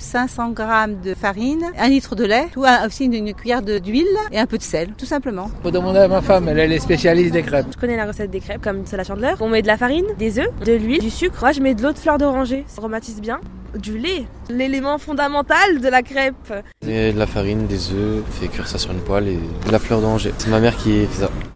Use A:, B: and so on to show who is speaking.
A: 500 grammes de farine, un litre de lait, tout un- aussi une, une cuillère de- d'huile et un peu de sel, tout simplement.
B: Faut demander à ma femme, elle, elle est spécialiste des crêpes.
C: euh, Je connais la recette des crêpes comme c'est la chandeleur. On met de la farine, des œufs, de l'huile, du sucre. Moi, je mets de l'eau de fleur d'oranger. Ça aromatise bien. Du lait, l'élément fondamental de la crêpe.
D: Et de la farine, des œufs, fait cuire ça sur une poêle et de la fleur d'oranger. C'est ma mère qui fait ça.